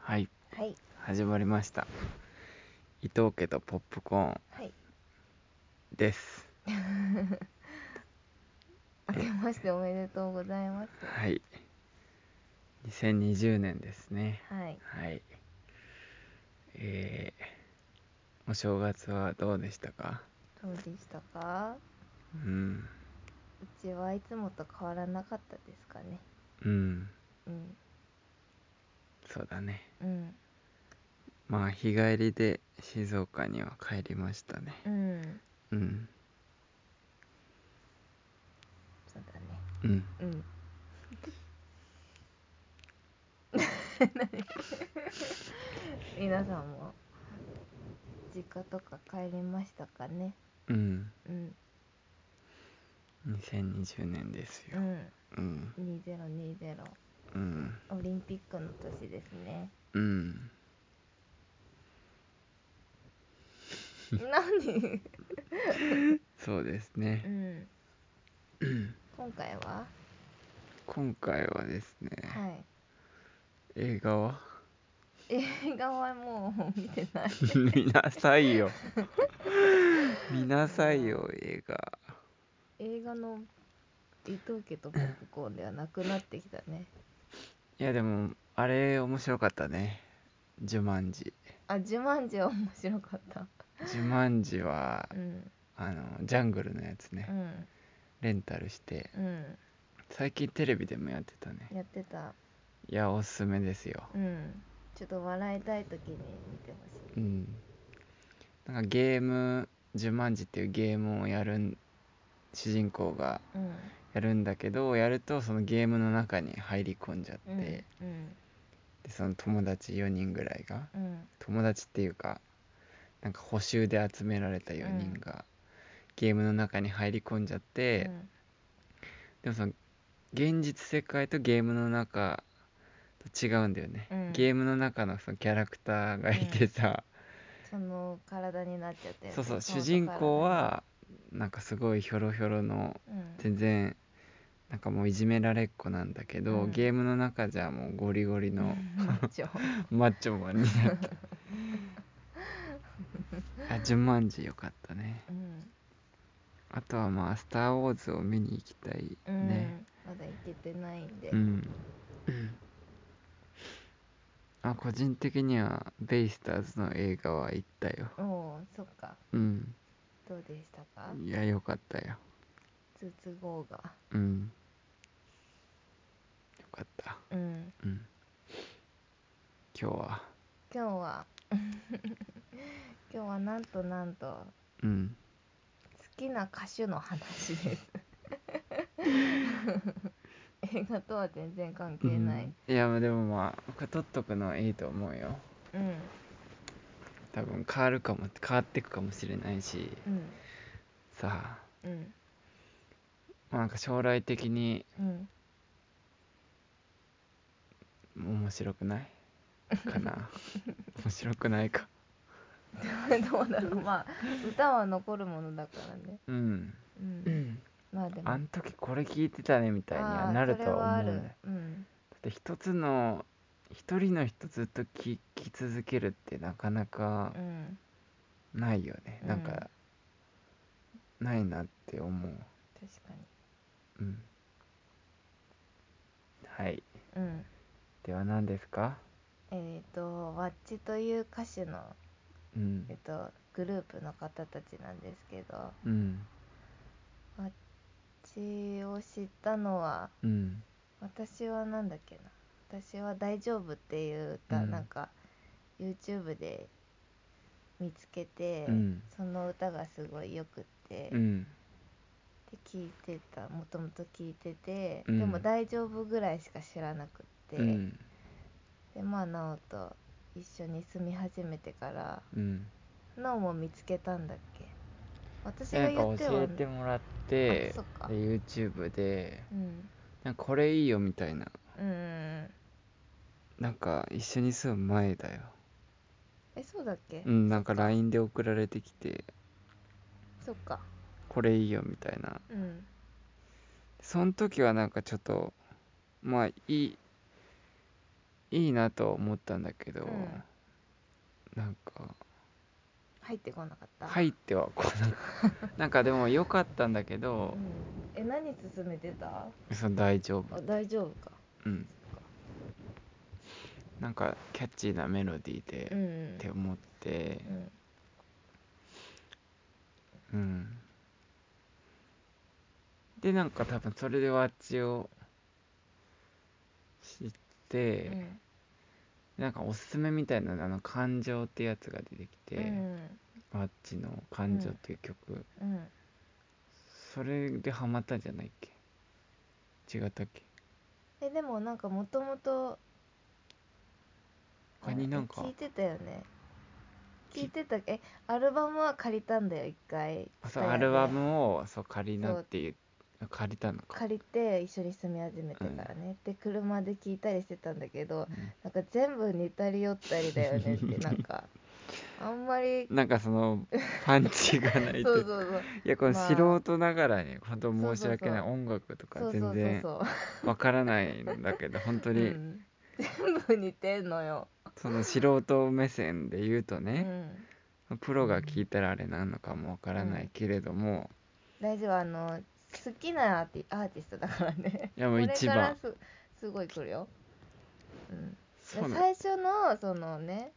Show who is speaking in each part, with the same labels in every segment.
Speaker 1: はい
Speaker 2: はい
Speaker 1: 始まりました伊藤家とポップコーン
Speaker 2: はい
Speaker 1: です
Speaker 2: 明けましておめでとうございます
Speaker 1: はい2020年ですね
Speaker 2: はい
Speaker 1: はいえー、お正月はどうでしたか
Speaker 2: どうでしたか
Speaker 1: うん
Speaker 2: うちはいつもと変わらなかったですかね
Speaker 1: うん
Speaker 2: うん
Speaker 1: そうだね
Speaker 2: うん
Speaker 1: まあ日帰りで静岡には帰りましたね
Speaker 2: うん
Speaker 1: うん
Speaker 2: そうだね
Speaker 1: うん
Speaker 2: うん 皆さんも実家とか帰りましたかね
Speaker 1: うん
Speaker 2: うん
Speaker 1: 2020年です
Speaker 2: う
Speaker 1: よ
Speaker 2: ん
Speaker 1: うん
Speaker 2: 2020
Speaker 1: うん
Speaker 2: オリンピックの年です ね
Speaker 1: うん
Speaker 2: 何
Speaker 1: そうです
Speaker 2: う
Speaker 1: ね
Speaker 2: ん今回は
Speaker 1: 今回はですね、
Speaker 2: はい
Speaker 1: 映画は
Speaker 2: 映画はもう見てない
Speaker 1: 見なさいよ見なさいよ映画
Speaker 2: 映画の伊藤家とポップコーンではなくなってきたね
Speaker 1: いやでもあれ面白かったね「ジュマンジ」
Speaker 2: あジュマンジは面白かった
Speaker 1: 「ジュマンジは
Speaker 2: うん」
Speaker 1: あのジャングルのやつ
Speaker 2: う
Speaker 1: ね
Speaker 2: ん
Speaker 1: レンタルして
Speaker 2: うん
Speaker 1: 最近テレビでもやってたね
Speaker 2: やってた
Speaker 1: いやおすすめですよ
Speaker 2: うんちょっと笑いたい時に見てほし
Speaker 1: う
Speaker 2: い
Speaker 1: んなんかゲーム「ジュマンジ」っていうゲームをやるん主人公が
Speaker 2: うん
Speaker 1: やるんだけどやるとそのゲームの中に入り込んじゃって、
Speaker 2: うん
Speaker 1: でその友達4人ぐらいが
Speaker 2: うんうん
Speaker 1: 友達っていうかなんか補修で集められた4人が、ゲームの中に入り込んじゃって、でもその現実世界とゲームの中と違うんだよね、
Speaker 2: うん
Speaker 1: ゲームの中のそのキャラクターがいてさ、
Speaker 2: その体になっちゃってるね
Speaker 1: そうそう
Speaker 2: の
Speaker 1: 主人公
Speaker 2: 体
Speaker 1: はなんかすごいひょろひょろの
Speaker 2: うん
Speaker 1: 全然なんかもういじめられっ子なんだけど、
Speaker 2: うん
Speaker 1: ゲームの中じゃもうゴリゴリの
Speaker 2: ちょ
Speaker 1: マッチョマンにな ってあジュマンジよかったね
Speaker 2: うん
Speaker 1: あとはまあ「スター・ウォーズ」を見に行きたい
Speaker 2: うん
Speaker 1: ね
Speaker 2: まだ行けてないんで
Speaker 1: うん、あ個人的にはベイスターズの映画は行ったよ
Speaker 2: おおそっか
Speaker 1: うん
Speaker 2: どうでしたか
Speaker 1: いやよかったよ
Speaker 2: ツツゴーが
Speaker 1: うんよかった
Speaker 2: うん
Speaker 1: うん今日は
Speaker 2: 今日は 今日はなんとなんと好
Speaker 1: うん
Speaker 2: きな歌手の話です 映画とは全然関係ない
Speaker 1: うん、いやまあでもまあ僕は取っとくのはいいと思うよ
Speaker 2: うん
Speaker 1: 多分変わるかも変わってくかもしれないし
Speaker 2: うん
Speaker 1: さあ、
Speaker 2: うん
Speaker 1: まあ、なんか将来的に
Speaker 2: うん
Speaker 1: 面白くないか な面白くないか
Speaker 2: どうだろうまあ歌は残るものだからね
Speaker 1: うん
Speaker 2: うんまあでも
Speaker 1: あん時これ聞いてたねみたいにはなるとは思う
Speaker 2: あーそれはあ
Speaker 1: んだ
Speaker 2: るうん
Speaker 1: だって一つの一人の人ずっと聞き続けるってなかなか
Speaker 2: うん
Speaker 1: ないよね、
Speaker 2: うん
Speaker 1: なんかないなって思う
Speaker 2: 確か
Speaker 1: うんはい
Speaker 2: にうん
Speaker 1: では何ですか
Speaker 2: えっ、とワッチという歌手の
Speaker 1: うん
Speaker 2: えっと、グループの方たちなんですけどう
Speaker 1: うん
Speaker 2: ちを知ったのは
Speaker 1: うん
Speaker 2: 私はなんだっけな「私は大丈夫」っていう歌、
Speaker 1: うん
Speaker 2: なんか YouTube で見つけて、
Speaker 1: うん
Speaker 2: その歌がすごいよくっ
Speaker 1: う
Speaker 2: て、で
Speaker 1: ん
Speaker 2: 聞いてたもともと聞いてて、
Speaker 1: うん
Speaker 2: でも「大丈夫」ぐらいしか知らなくって、
Speaker 1: うん
Speaker 2: でまあ直人と一緒に住み始めてから
Speaker 1: うん
Speaker 2: 直も見つけたんだっけ私
Speaker 1: な
Speaker 2: が
Speaker 1: んか
Speaker 2: 言っては
Speaker 1: 教えてもらっ
Speaker 2: あ
Speaker 1: て
Speaker 2: そっか
Speaker 1: で YouTube で
Speaker 2: うん
Speaker 1: なんかこれいいよみたいな
Speaker 2: うんうんうん
Speaker 1: なんか一緒に住む前だよ
Speaker 2: えそうだっけ
Speaker 1: うんなんか LINE で送られてきて
Speaker 2: そっか
Speaker 1: これいいよみたいな
Speaker 2: うん
Speaker 1: その時はなんかちょっとまあいいいいなと思ったんだけど、
Speaker 2: うん
Speaker 1: なんか
Speaker 2: 入ってこなかった
Speaker 1: 入ってはこうなん かなんかでも良かったんだけ
Speaker 2: う
Speaker 1: ど
Speaker 2: ん、え何進めてた
Speaker 1: その大丈夫
Speaker 2: あ大丈夫か
Speaker 1: うんなんかキャッチーなメロディーで、
Speaker 2: うんうん
Speaker 1: って思って
Speaker 2: うん
Speaker 1: うんでなんか多分それでワッチを知って、
Speaker 2: うん
Speaker 1: なんかおすすめみたいなのあの「感情」ってやつが出てきて、
Speaker 2: うん
Speaker 1: ワッチの「感情」っていう曲、
Speaker 2: うん
Speaker 1: それでハマったんじゃないっけ違ったっけ
Speaker 2: えでもなんかもともと
Speaker 1: 他になんか
Speaker 2: 聞いてたよね
Speaker 1: き
Speaker 2: 聞いてたえアルバムは借りたんだよ一回
Speaker 1: そう
Speaker 2: 蔦屋
Speaker 1: ア
Speaker 2: で
Speaker 1: ルバムをそう借りな
Speaker 2: そう
Speaker 1: っていう借りたのか、
Speaker 2: 借りて一緒に住み始めてからね、で車で聞いたりしてたんだけどなんか全部似たり寄ったりだよねってなん かあんまり
Speaker 1: うんなんかそのパンチがない
Speaker 2: そう
Speaker 1: と
Speaker 2: そ
Speaker 1: いう
Speaker 2: うそう
Speaker 1: いやこの
Speaker 2: まあ
Speaker 1: 素人ながらに本当申し訳ない
Speaker 2: そう
Speaker 1: 音楽とか
Speaker 2: そうそ
Speaker 1: 全
Speaker 2: うそう
Speaker 1: 然
Speaker 2: そう
Speaker 1: わからないんだけど本当
Speaker 2: う
Speaker 1: に
Speaker 2: ん、全部似てんのよ、
Speaker 1: その素人目線で言うと
Speaker 2: う
Speaker 1: ね
Speaker 2: ん、
Speaker 1: プロが聞いたらあれなのかもわからないけれども
Speaker 2: 大丈夫あの好きなアーティアーティストだからね
Speaker 1: いやもう一番
Speaker 2: これからすすごい来るよ、うん、
Speaker 1: そうな
Speaker 2: 最初のそのね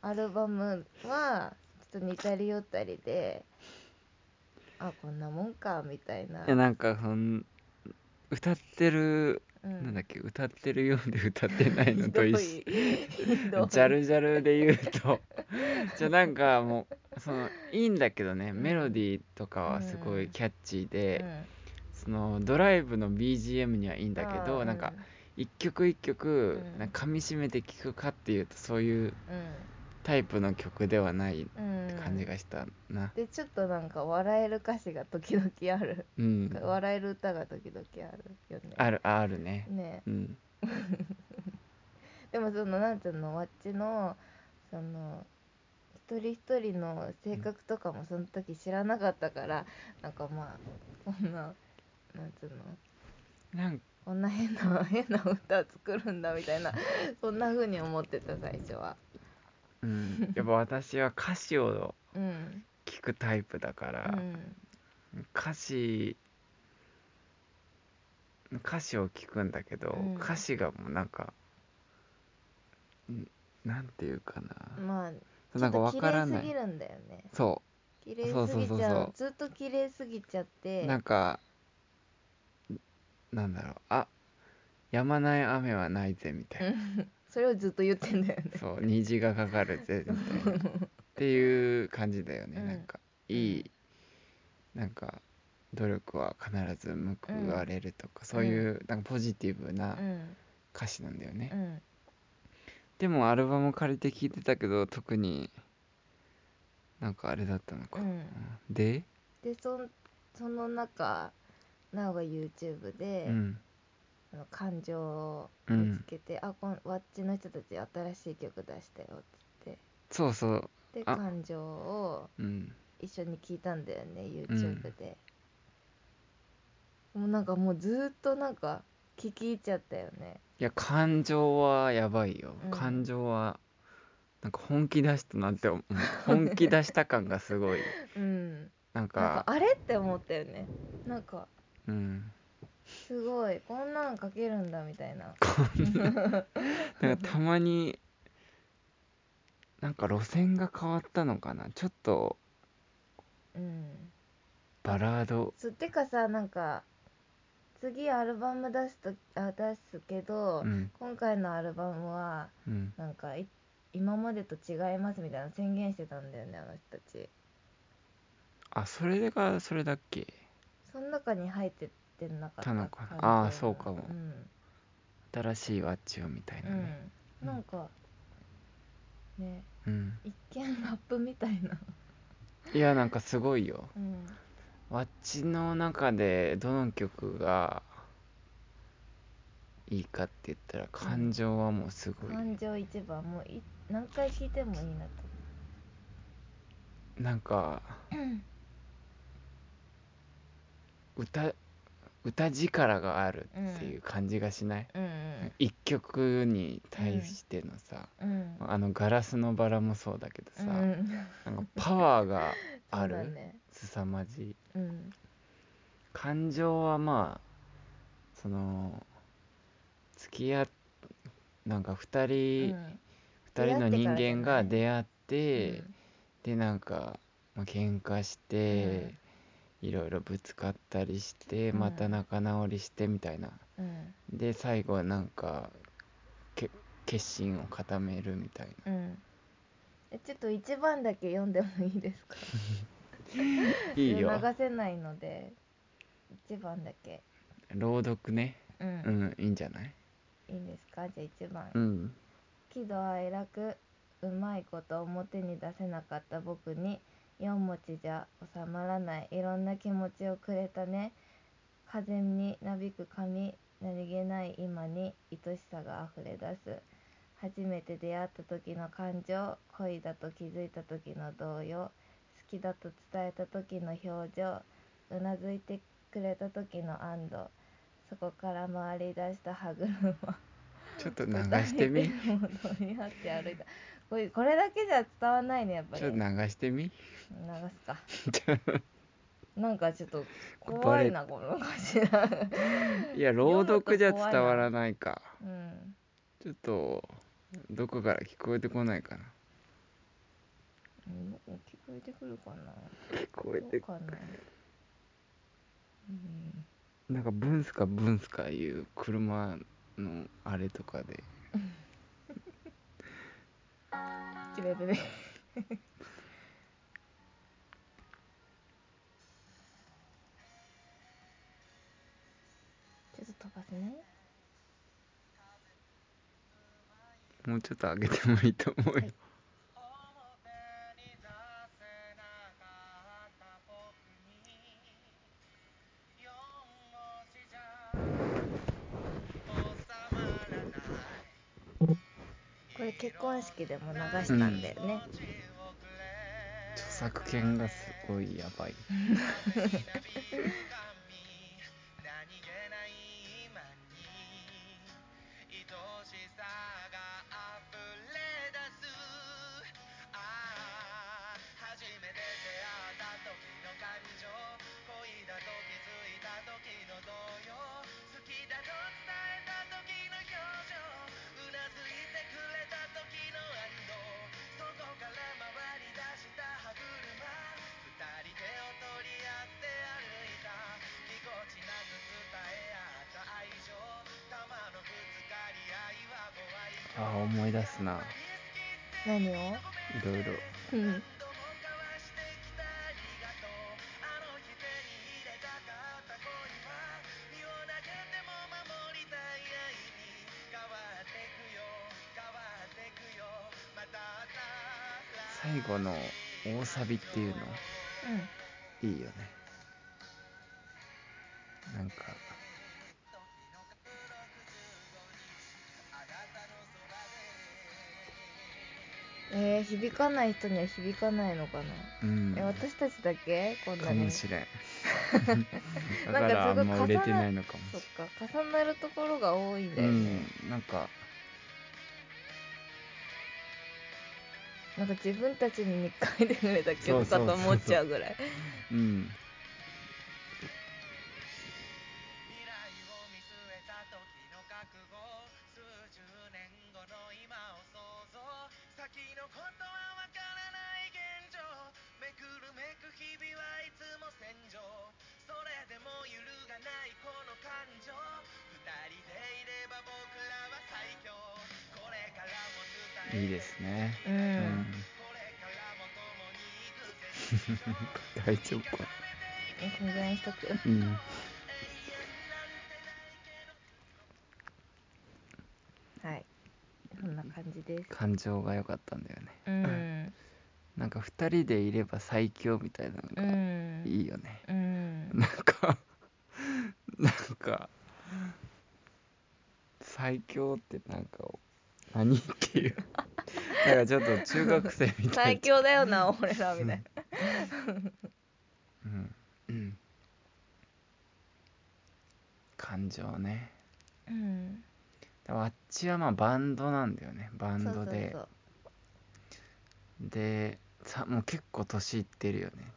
Speaker 2: アルバムはちょっと似たり寄ったりであこんなもんかみたいない
Speaker 1: やなんかその歌ってる
Speaker 2: う
Speaker 1: なん
Speaker 2: ん
Speaker 1: だっけ歌ってるようで歌ってないのと一緒
Speaker 2: ひどいひどい
Speaker 1: ジャルジャルで言う とじゃあなんかもうそのいいんだけどね
Speaker 2: ん
Speaker 1: メロディーとかはすごいキャッチーで、
Speaker 2: うん
Speaker 1: そのドライブの BGM にはいいんだけ
Speaker 2: あー
Speaker 1: どなんか一曲一曲
Speaker 2: うん
Speaker 1: なんか噛み締めて聴くかっていうとそういう
Speaker 2: う
Speaker 1: タイプの曲ではないっ
Speaker 2: ん、う
Speaker 1: て
Speaker 2: ん、
Speaker 1: 感じがしたな
Speaker 2: でちょっとなんか笑える歌詞が時々ある、
Speaker 1: うん、
Speaker 2: 笑える歌が時々あるよね
Speaker 1: あるああるね
Speaker 2: ね
Speaker 1: うん
Speaker 2: でもそのなんていうのワッチのその一人一人の性格とかもその時知らなかったから、なんかまあこんななんていうの
Speaker 1: なん
Speaker 2: こんな変な変な歌作るんだみた いなそんな風に思ってた最初は
Speaker 1: うん、やっぱ私は歌詞を
Speaker 2: うん
Speaker 1: 聴くタイプだか
Speaker 2: う
Speaker 1: ら、
Speaker 2: ん
Speaker 1: 歌詞歌詞を聞くんだけど、
Speaker 2: うん
Speaker 1: 歌詞がもうなんかんなんていうかな、
Speaker 2: まあ
Speaker 1: そうなんかわからな
Speaker 2: ちょっと綺麗すぎ
Speaker 1: い
Speaker 2: るんだよね
Speaker 1: そ
Speaker 2: 綺麗すぎちゃう
Speaker 1: そうそうそうそう
Speaker 2: ずっと綺麗すぎちゃって
Speaker 1: うなんかなんだろうあ止まない雨はないぜみたいな、
Speaker 2: それをずっと言ってんだよね
Speaker 1: そう虹がかかるぜみたい なっていう感じだよね、
Speaker 2: うん
Speaker 1: なんかいいなんか努力は必ず報われるとか、そういうなんかポジティブな
Speaker 2: うん
Speaker 1: 歌詞なんだよね、
Speaker 2: うん
Speaker 1: でもアルバム借りて聴いてたけど特になんかあれだったのか、
Speaker 2: うん
Speaker 1: で、
Speaker 2: でそんその中なおが YouTube で、
Speaker 1: うん
Speaker 2: あの感情を見つけて「あこんワッチの人たち新しい曲出したよ」っつって
Speaker 1: そうそう
Speaker 2: で
Speaker 1: あ
Speaker 2: 感情を
Speaker 1: うん
Speaker 2: 一緒に聞いたんだよね YouTube で、もうなんかもうずーっとなんか聞き入っちゃったよね
Speaker 1: いや感情はやばいよ、
Speaker 2: うん
Speaker 1: 感情はなんか本気出したなって思う本気出した感がす ごい
Speaker 2: うん
Speaker 1: な
Speaker 2: なん
Speaker 1: んか
Speaker 2: かあれって思ったよねなんか
Speaker 1: うん
Speaker 2: すごいこんなん書けるんだみたいな
Speaker 1: なんかたまになんか路線が変わったのかなちょっと
Speaker 2: うん
Speaker 1: バラード
Speaker 2: そうてかさなんか次アルバム出すとあ出すけど、
Speaker 1: うん
Speaker 2: 今回のアルバムは
Speaker 1: うん
Speaker 2: なんかい今までと違いますみたいな宣言してたんだよねあの人たち
Speaker 1: あそれがそれだっけ
Speaker 2: その中に入ってってなかった
Speaker 1: たのか
Speaker 2: 感
Speaker 1: あー
Speaker 2: じ
Speaker 1: そうかも
Speaker 2: うん、
Speaker 1: 新しいワッチをみたいな
Speaker 2: う
Speaker 1: ね、
Speaker 2: ん
Speaker 1: うん
Speaker 2: なんかね
Speaker 1: うん、
Speaker 2: 一見ラップみたいな、
Speaker 1: いやなんかすごいよ
Speaker 2: うん、
Speaker 1: ワッチの中でどの曲がいいかって言ったら感情はもうすごい、
Speaker 2: 感情一番もうい何回聴いてもいいなと
Speaker 1: なんか歌歌力があるっていう感じがしない、
Speaker 2: うん
Speaker 1: 一曲に対してのさ、
Speaker 2: うんうん
Speaker 1: あの「ガラスのバラ」もそうだけどさ、
Speaker 2: うんうん
Speaker 1: なんかパワーがあ
Speaker 2: そうだ
Speaker 1: る、
Speaker 2: ね
Speaker 1: 凄まじい
Speaker 2: うん
Speaker 1: 感情はまあその付き合っなんか2
Speaker 2: う
Speaker 1: 人、
Speaker 2: ん
Speaker 1: 二人の人間が出会っ
Speaker 2: う
Speaker 1: て、
Speaker 2: ん
Speaker 1: でなんか、まあ、喧嘩して、いろいろぶつかったりして
Speaker 2: うん
Speaker 1: また仲直りしてみたいな、
Speaker 2: うん
Speaker 1: で最後はなんかけ決心を固めるみたいな
Speaker 2: うんえちょっと一番だけ読んでもいいですか
Speaker 1: いいよ
Speaker 2: 流せないので一番だけ
Speaker 1: 朗読ね
Speaker 2: うん、
Speaker 1: うんいいんじゃない
Speaker 2: いいんですかじゃあ一番
Speaker 1: うん
Speaker 2: 喜怒哀楽うまいこと表に出せなかった僕に四文字じゃ収まらないいろんな気持ちをくれたね風になびく髪何気ない今に愛しさが溢れ出す初めて出会った時の感情恋だと気づいた時の動揺好きだと伝えた時の表情うなずいてくれた時の安堵そこから回り出した歯車
Speaker 1: ちょっと流してみ
Speaker 2: 二
Speaker 1: ち
Speaker 2: 人で戻り合って歩いたこれこれだけじゃ伝わんないねやっぱり
Speaker 1: ょっと
Speaker 2: 流
Speaker 1: 流して み
Speaker 2: すか なんかちょっと怖
Speaker 1: バレ
Speaker 2: いなこの頭
Speaker 1: いや朗読じゃ伝わらないか
Speaker 2: うん
Speaker 1: ちょっとどこから聞こえてこないかな
Speaker 2: うん聞こえてくるかな
Speaker 1: 聞こえ
Speaker 2: どう
Speaker 1: て
Speaker 2: かなうん
Speaker 1: なんかブンスカブンスカいう車のあれとかで
Speaker 2: ち ょっと待ってねちょっと飛ばせない
Speaker 1: もうちょっと上げてもいいと思うよ、
Speaker 2: これ結婚式でも流したんだよね、
Speaker 1: 著作権がすごい やばいああ思い出すな
Speaker 2: 何を
Speaker 1: いろいろ
Speaker 2: うん
Speaker 1: 最後の大サビっていうのいいよねなんか
Speaker 2: えー、響かない人には響かないのかな、
Speaker 1: うん
Speaker 2: え私たちだけこんな
Speaker 1: か
Speaker 2: に
Speaker 1: も
Speaker 2: そ
Speaker 1: しれん
Speaker 2: な
Speaker 1: だ
Speaker 2: ん
Speaker 1: か
Speaker 2: から
Speaker 1: あん
Speaker 2: すご
Speaker 1: ま
Speaker 2: い
Speaker 1: 売れてないのかも
Speaker 2: っ
Speaker 1: し
Speaker 2: か重なるところが多いんだ
Speaker 1: れな
Speaker 2: よ
Speaker 1: い、
Speaker 2: ね、
Speaker 1: うんなんか
Speaker 2: なんか自分たちに2回でくれた曲 かと思っちゃうぐらい
Speaker 1: うんいいですね
Speaker 2: う
Speaker 1: うん
Speaker 2: ん、
Speaker 1: 大丈夫か
Speaker 2: うん、ぐらいにしとく
Speaker 1: うん
Speaker 2: はいそんな感じです
Speaker 1: 感情が良かったんだよね
Speaker 2: うん
Speaker 1: なんか2人でいれば最強みたいな
Speaker 2: う
Speaker 1: のが
Speaker 2: ん
Speaker 1: いいよね、
Speaker 2: うん
Speaker 1: なんかなんか最強ってなんか何っていうなんかちょっと中学生みたい
Speaker 2: 最強だよな俺らみたい
Speaker 1: うんうん感情ね
Speaker 2: うん
Speaker 1: でもあっちはまあバンドなんだよねバン
Speaker 2: そうそ
Speaker 1: ド
Speaker 2: う
Speaker 1: で
Speaker 2: そう
Speaker 1: でさもう結構年いってるよね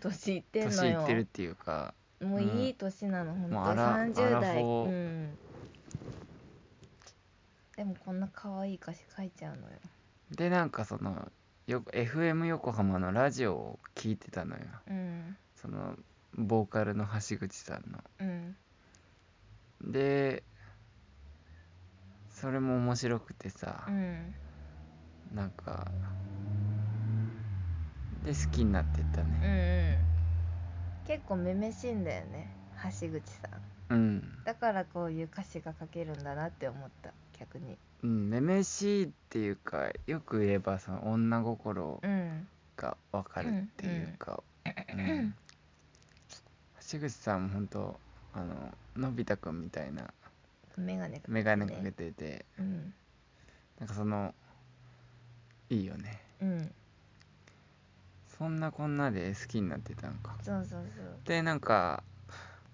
Speaker 2: 年いってんの
Speaker 1: 年い
Speaker 2: よ
Speaker 1: ってるっていうか
Speaker 2: もういい年なの、ほん、
Speaker 1: もうア
Speaker 2: 本当
Speaker 1: ラ
Speaker 2: 三30
Speaker 1: アラ
Speaker 2: 代
Speaker 1: フォー
Speaker 2: うんでもこんな可愛い歌詞書いちゃうのよ
Speaker 1: でなんかそのよ FM 横浜のラジオを聞いてたのよ
Speaker 2: うん
Speaker 1: そのボーカルの橋口さんの
Speaker 2: うん
Speaker 1: でそれも面白くてさ
Speaker 2: う、ん
Speaker 1: なんかで好きになってった
Speaker 2: うん
Speaker 1: ね
Speaker 2: うん結構めめしいんだよね橋口さん
Speaker 1: うん、
Speaker 2: だからこういう歌詞が書けるんだなって思った逆に
Speaker 1: うん、めめしいっていうかよく言えばその女心
Speaker 2: うん
Speaker 1: がわかるっていうか、うん橋口さんも本当あののび太くんみたいな
Speaker 2: 眼鏡かけてね
Speaker 1: 眼鏡かけてて、
Speaker 2: うん
Speaker 1: なんかそのいいよね
Speaker 2: うん
Speaker 1: そんなこんなで好きになってたのか
Speaker 2: そうそうそう
Speaker 1: でなんか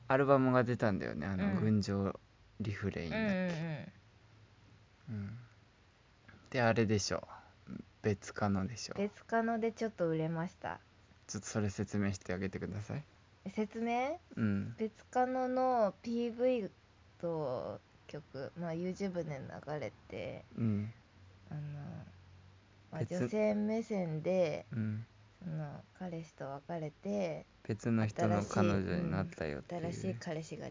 Speaker 1: アルバムが出たんだよねあ
Speaker 2: う
Speaker 1: の「
Speaker 2: ん
Speaker 1: 群青リフレイン
Speaker 2: う
Speaker 1: だ
Speaker 2: ん
Speaker 1: っ
Speaker 2: うん
Speaker 1: け」
Speaker 2: うん
Speaker 1: うんであれでしょ別科のでしょちょ
Speaker 2: 別科のでちょっと売れました
Speaker 1: っとそれ説明してあげてください
Speaker 2: 説明
Speaker 1: うん
Speaker 2: 別カノの PV と曲、まあ、YouTube で流れて
Speaker 1: うん
Speaker 2: あの、まあ、
Speaker 1: 別
Speaker 2: 女性目線で
Speaker 1: うん
Speaker 2: その彼氏と別れて
Speaker 1: 別の人の
Speaker 2: 新しい
Speaker 1: 彼女になったよっていう
Speaker 2: 新しい彼氏が